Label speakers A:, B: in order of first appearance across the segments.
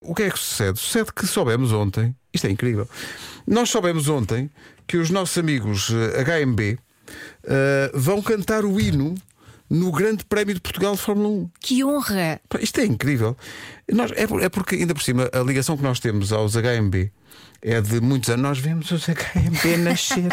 A: o que é que sucede? Sucede que soubemos ontem, isto é incrível, nós soubemos ontem que os nossos amigos eh, HMB eh, vão cantar o hino no Grande Prémio de Portugal de Fórmula 1.
B: Que honra!
A: Pá, Isto é incrível. Nós- é, por- é porque, ainda por cima, a ligação que nós temos aos HMB é de muitos anos. Nós vemos os HMB nascer.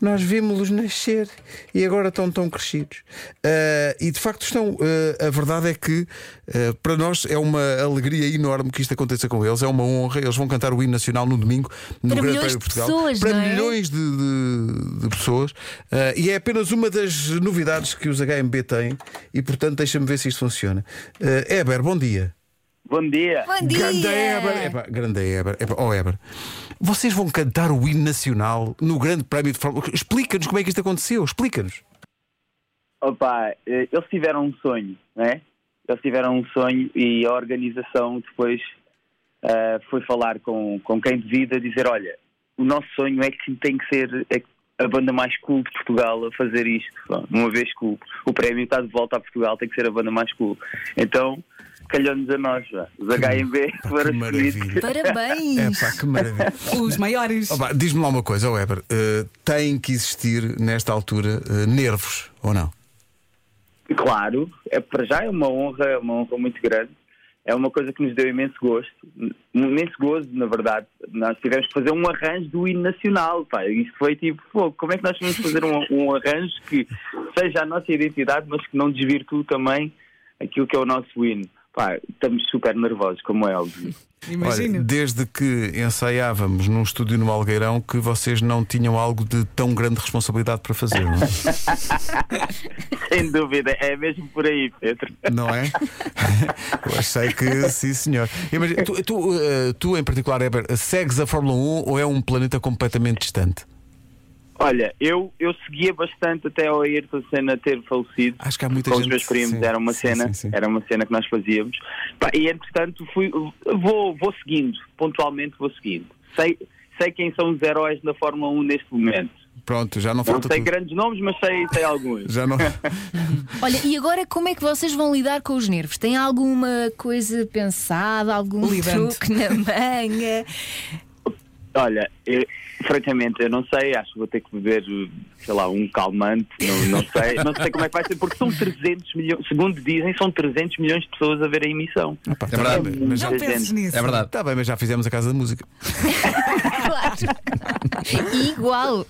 A: nós vimos-los nascer e agora estão tão crescidos. Ah, e de facto estão. ah, a verdade é que ah, para nós é uma alegria enorme que isto aconteça com eles, é uma honra. Eles vão cantar o hino nacional no domingo no Grande
B: Para milhões
A: Prémio
B: de
A: Portugal.
B: pessoas,
A: para
B: não é?
A: milhões de, de- de pessoas. Ah, e é apenas uma das novidades que os HMB têm. E portanto, deixa-me ver se isto funciona. Ah, Eber, bom dia.
C: Bom dia.
B: Bom dia!
A: Grande Eber. Epá, grande Eber. Epá, oh, Eber. Vocês vão cantar o hino nacional no Grande Prémio de Fórmula Explica-nos como é que isto aconteceu. Explica-nos.
C: Opa, eh, eles tiveram um sonho, né? Eles tiveram um sonho e a organização depois ah, foi falar com, com quem devida, dizer: olha, o nosso sonho é que tem que ser é que a banda mais cool de Portugal a fazer isto. Bom, Uma vez que o, o prémio está de volta a Portugal, tem que ser a banda mais cool. Então, calhou-nos a nós, vá. os HMB foram escolhidos.
A: maravilha.
B: Parabéns!
A: Epá, que maravilha.
D: Os maiores.
A: Oh, pá, Diz-me lá uma coisa, oh, Eber. eh, tem que existir, nesta altura, eh, nervos ou não?
C: Claro, é, para já é uma honra, é uma honra muito grande. É uma coisa que nos deu imenso gosto, um imenso gozo, na verdade. Nós tivemos que fazer um arranjo do hino nacional, pá. Isso foi tipo, pô, como é que nós vamos fazer um, um arranjo que seja a nossa identidade, mas que não desvirtue também aquilo que é o nosso hino? Pá, estamos super nervosos, como é óbvio.
A: Olha,
D: Imagina.
A: desde que ensaiávamos num estúdio no Algueirão que vocês não tinham algo de tão grande responsabilidade para fazer, não é?
C: Sem dúvida, é mesmo por aí, Pedro.
A: não é? Eu achei que sim, senhor. Imagina, tu, tu, eh, tu, em particular, Eber, segues a Fórmula 1 ou é um planeta completamente distante?
C: Olha, eu, eu seguia bastante até ao Ayrton Senna ter falecido.
A: Acho que há muita
C: com
A: gente-
C: os meus primos,
A: sim,
C: era uma
A: sim,
C: cena,
A: sim, sim.
C: era uma cena que nós fazíamos. Pá, e entretanto fui, vou, vou seguindo, pontualmente vou seguindo. Sei, sei quem são os heróis da Fórmula 1 neste momento.
A: Pronto, já não É
C: Não
A: falta
C: sei
A: tudo.
C: grandes nomes, mas sei, sei alguns.
A: Já não.
B: Olha, e agora como é que vocês vão lidar com os nervos? Tem alguma coisa pensada, algum
D: Libante.
B: Um truque na manga?
C: Olha, eu- francamente, eu não sei, acho que vou ter que beber, sei lá, um calmante, não, não sei, não sei como é que vai ser, porque são 300 milhões, segundo dizem, são 300 milhões de pessoas a ver a emissão.
A: Epá, tá
E: verdade,
A: bem, mas já-
D: Não penses nisso.
E: É verdade.
A: Tá bem, mas já fizemos a casa da música.
B: Claro! Igual!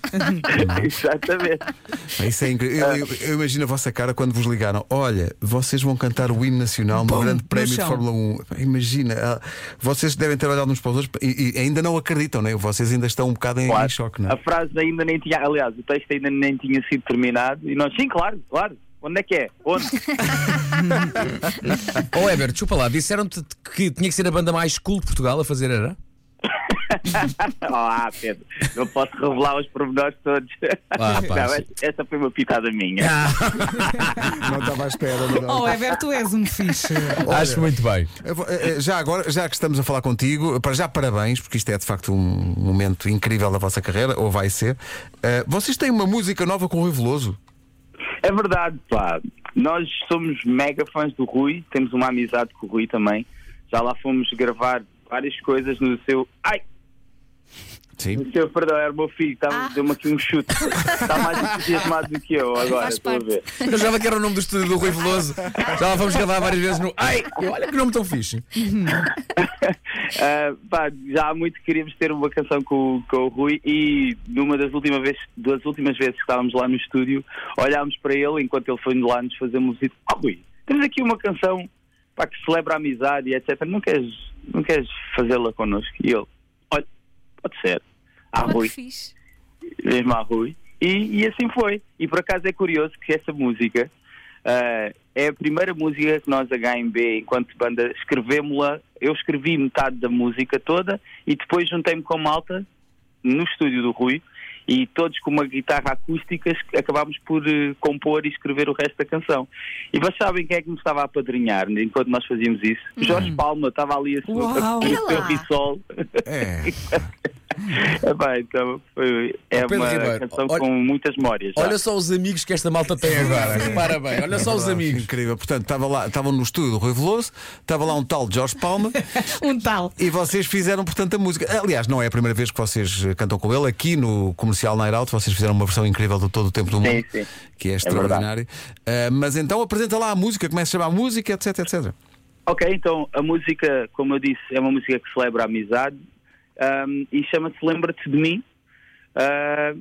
C: Exatamente.
A: Pá, Isso é incrível. Eu, eu- eu imagino a vossa cara quando vos ligaram. Olha, vocês vão cantar o hino nacional no
D: Bom,
A: Grande
D: no
A: Prémio de
D: chão.
A: Fórmula 1. Pá, Imagina, ah, vocês devem ter olhado uns para os outros e, e ainda não acreditam, né? Vocês ainda estão um bocado em, em
C: Claro.
A: choque, não
C: A
A: é?
C: frase ainda nem tinha, aliás, o texto ainda nem tinha sido terminado e nós, sim, claro, claro. Onde é que é? Onde?
E: Ó Eber, desculpa lá, disseram-te que tinha que ser a banda mais cool de Portugal a fazer, era?
C: ah, Pedro, não posso revelar os pormenores todos.
E: Ah, pá,
C: não,
E: sim.
C: essa foi uma pitada minha.
A: Não estava à espera, não
D: Oh, Ever, tu és um fixe.
E: Acho muito bem.
A: Eu vou- eh, eh, Já agora, já que estamos a falar contigo, para já parabéns, porque isto é de facto um momento incrível da vossa carreira, ou vai ser. Eh, Vocês têm uma música nova com o Rui Veloso?
C: É verdade, pá. Nós somos mega fãs do Rui, temos uma amizade com o Rui também. Já lá fomos gravar várias coisas no seu. Ai!
A: Sim.
C: Seu, perdão, era o meu filho, tá,
B: Ah.
C: deu-me aqui um chute. Está mais entusiasmado do que eu agora,
B: Faz
C: estou a
B: parte.
C: ver.
E: Eu já que era o nome do estúdio do Rui Veloso. Já lá fomos gravar várias vezes no. Ai, olha que nome tão fixe.
C: Ah, pá, já há muito que queríamos ter uma canção com, o- com o Rui e numa das últimas, vezes, das últimas vezes que estávamos lá no estúdio, olhámos para ele enquanto ele foi lá nos fazer um visita. Oh, Rui, temos aqui uma canção pá, que celebra a amizade e etc. Não queres, não queres fazê-la connosco? E ele, olha, pode ser. Ah,
B: Olha que
C: Rui,
B: fixe.
C: mesmo a Rui. E, e assim foi. E por acaso é curioso que essa música ah, é a primeira música que nós, HMB, enquanto banda, escrevemos-la. Eu escrevi metade da música toda e depois juntei-me com a malta no estúdio do Rui e todos com uma guitarra acústica es- acabámos por eh, compor e escrever o resto da canção. E vocês sabem quem é que me estava a padrinhar enquanto nós fazíamos isso? Jorge Palma estava ali a, a,
D: Uau!
C: a, a,
B: Ela!
C: risol.
A: É.
C: É pá, então foi, é
E: Ó, Pedro
C: uma
E: Ribeiro,
C: canção
E: olha-
C: com muitas memórias. já.
E: Olha só os amigos que esta malta tem agora. Repara bem, olha só os amigos.
A: Incrível. Portanto, estava lá, estavam no estúdio do Rui Veloso, estava lá um tal de Jorge Palma
D: Um tal.
A: e vocês fizeram, portanto, a música. Aliás, não é a primeira vez que vocês eh, cantam com ele. Aqui no comercial Night Out, vocês fizeram uma versão incrível do Todo o Tempo do Mundo,
C: sim.
A: que é extraordinário. Ah, mas então apresenta lá a música, como é que se chama a música, etc, etc.
C: Ok, então a música, como eu disse, é uma música que celebra a amizade ahm, e chama-se Lembra-te de mim. Ah,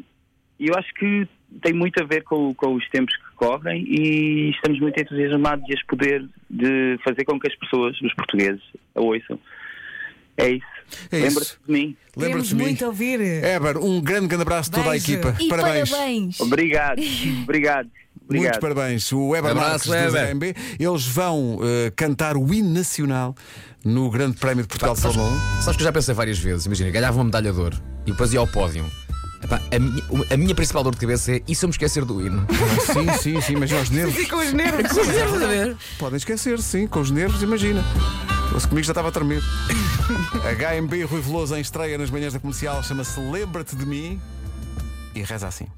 C: E eu acho que tem muito a ver com, com os tempos que correm e estamos muito entusiasmados de as poder de fazer com que as pessoas, os portugueses, a ouçam. É isso.
A: É isso.
C: Lembra-te de mim.
A: Lembra-te
D: Queremos
A: de mim.
D: muito ouvir.
A: Eber, um grande, grande abraço a toda a
D: Beijo.
A: equipa.
B: E parabéns.
C: Obrigado. Obrigado.
A: Muitos
C: Obrigado.
A: parabéns. O Weber Marques
E: Abraço,
A: do
E: Weber.
A: ZMB. Eles vão eh, cantar o hino nacional no Grande Prémio de Portugal de Fórmula 1.
E: Sabes que eu já pensei várias vezes, imagina, ganhava uma medalha de ouro e depois ia ao pódio. Epá, a, minha, a minha principal dor de cabeça é e se eu me esquecer do hino?
A: Sim, sim, sim, mas nós nervos.
D: E com os
A: É
D: nervos.
A: Podem esquecer, sim, com os nervos, imagina. Se comigo já estava a tremer. HMB Rui Veloso em estreia nas manhãs da comercial chama-se Lembra-te de mim e reza assim.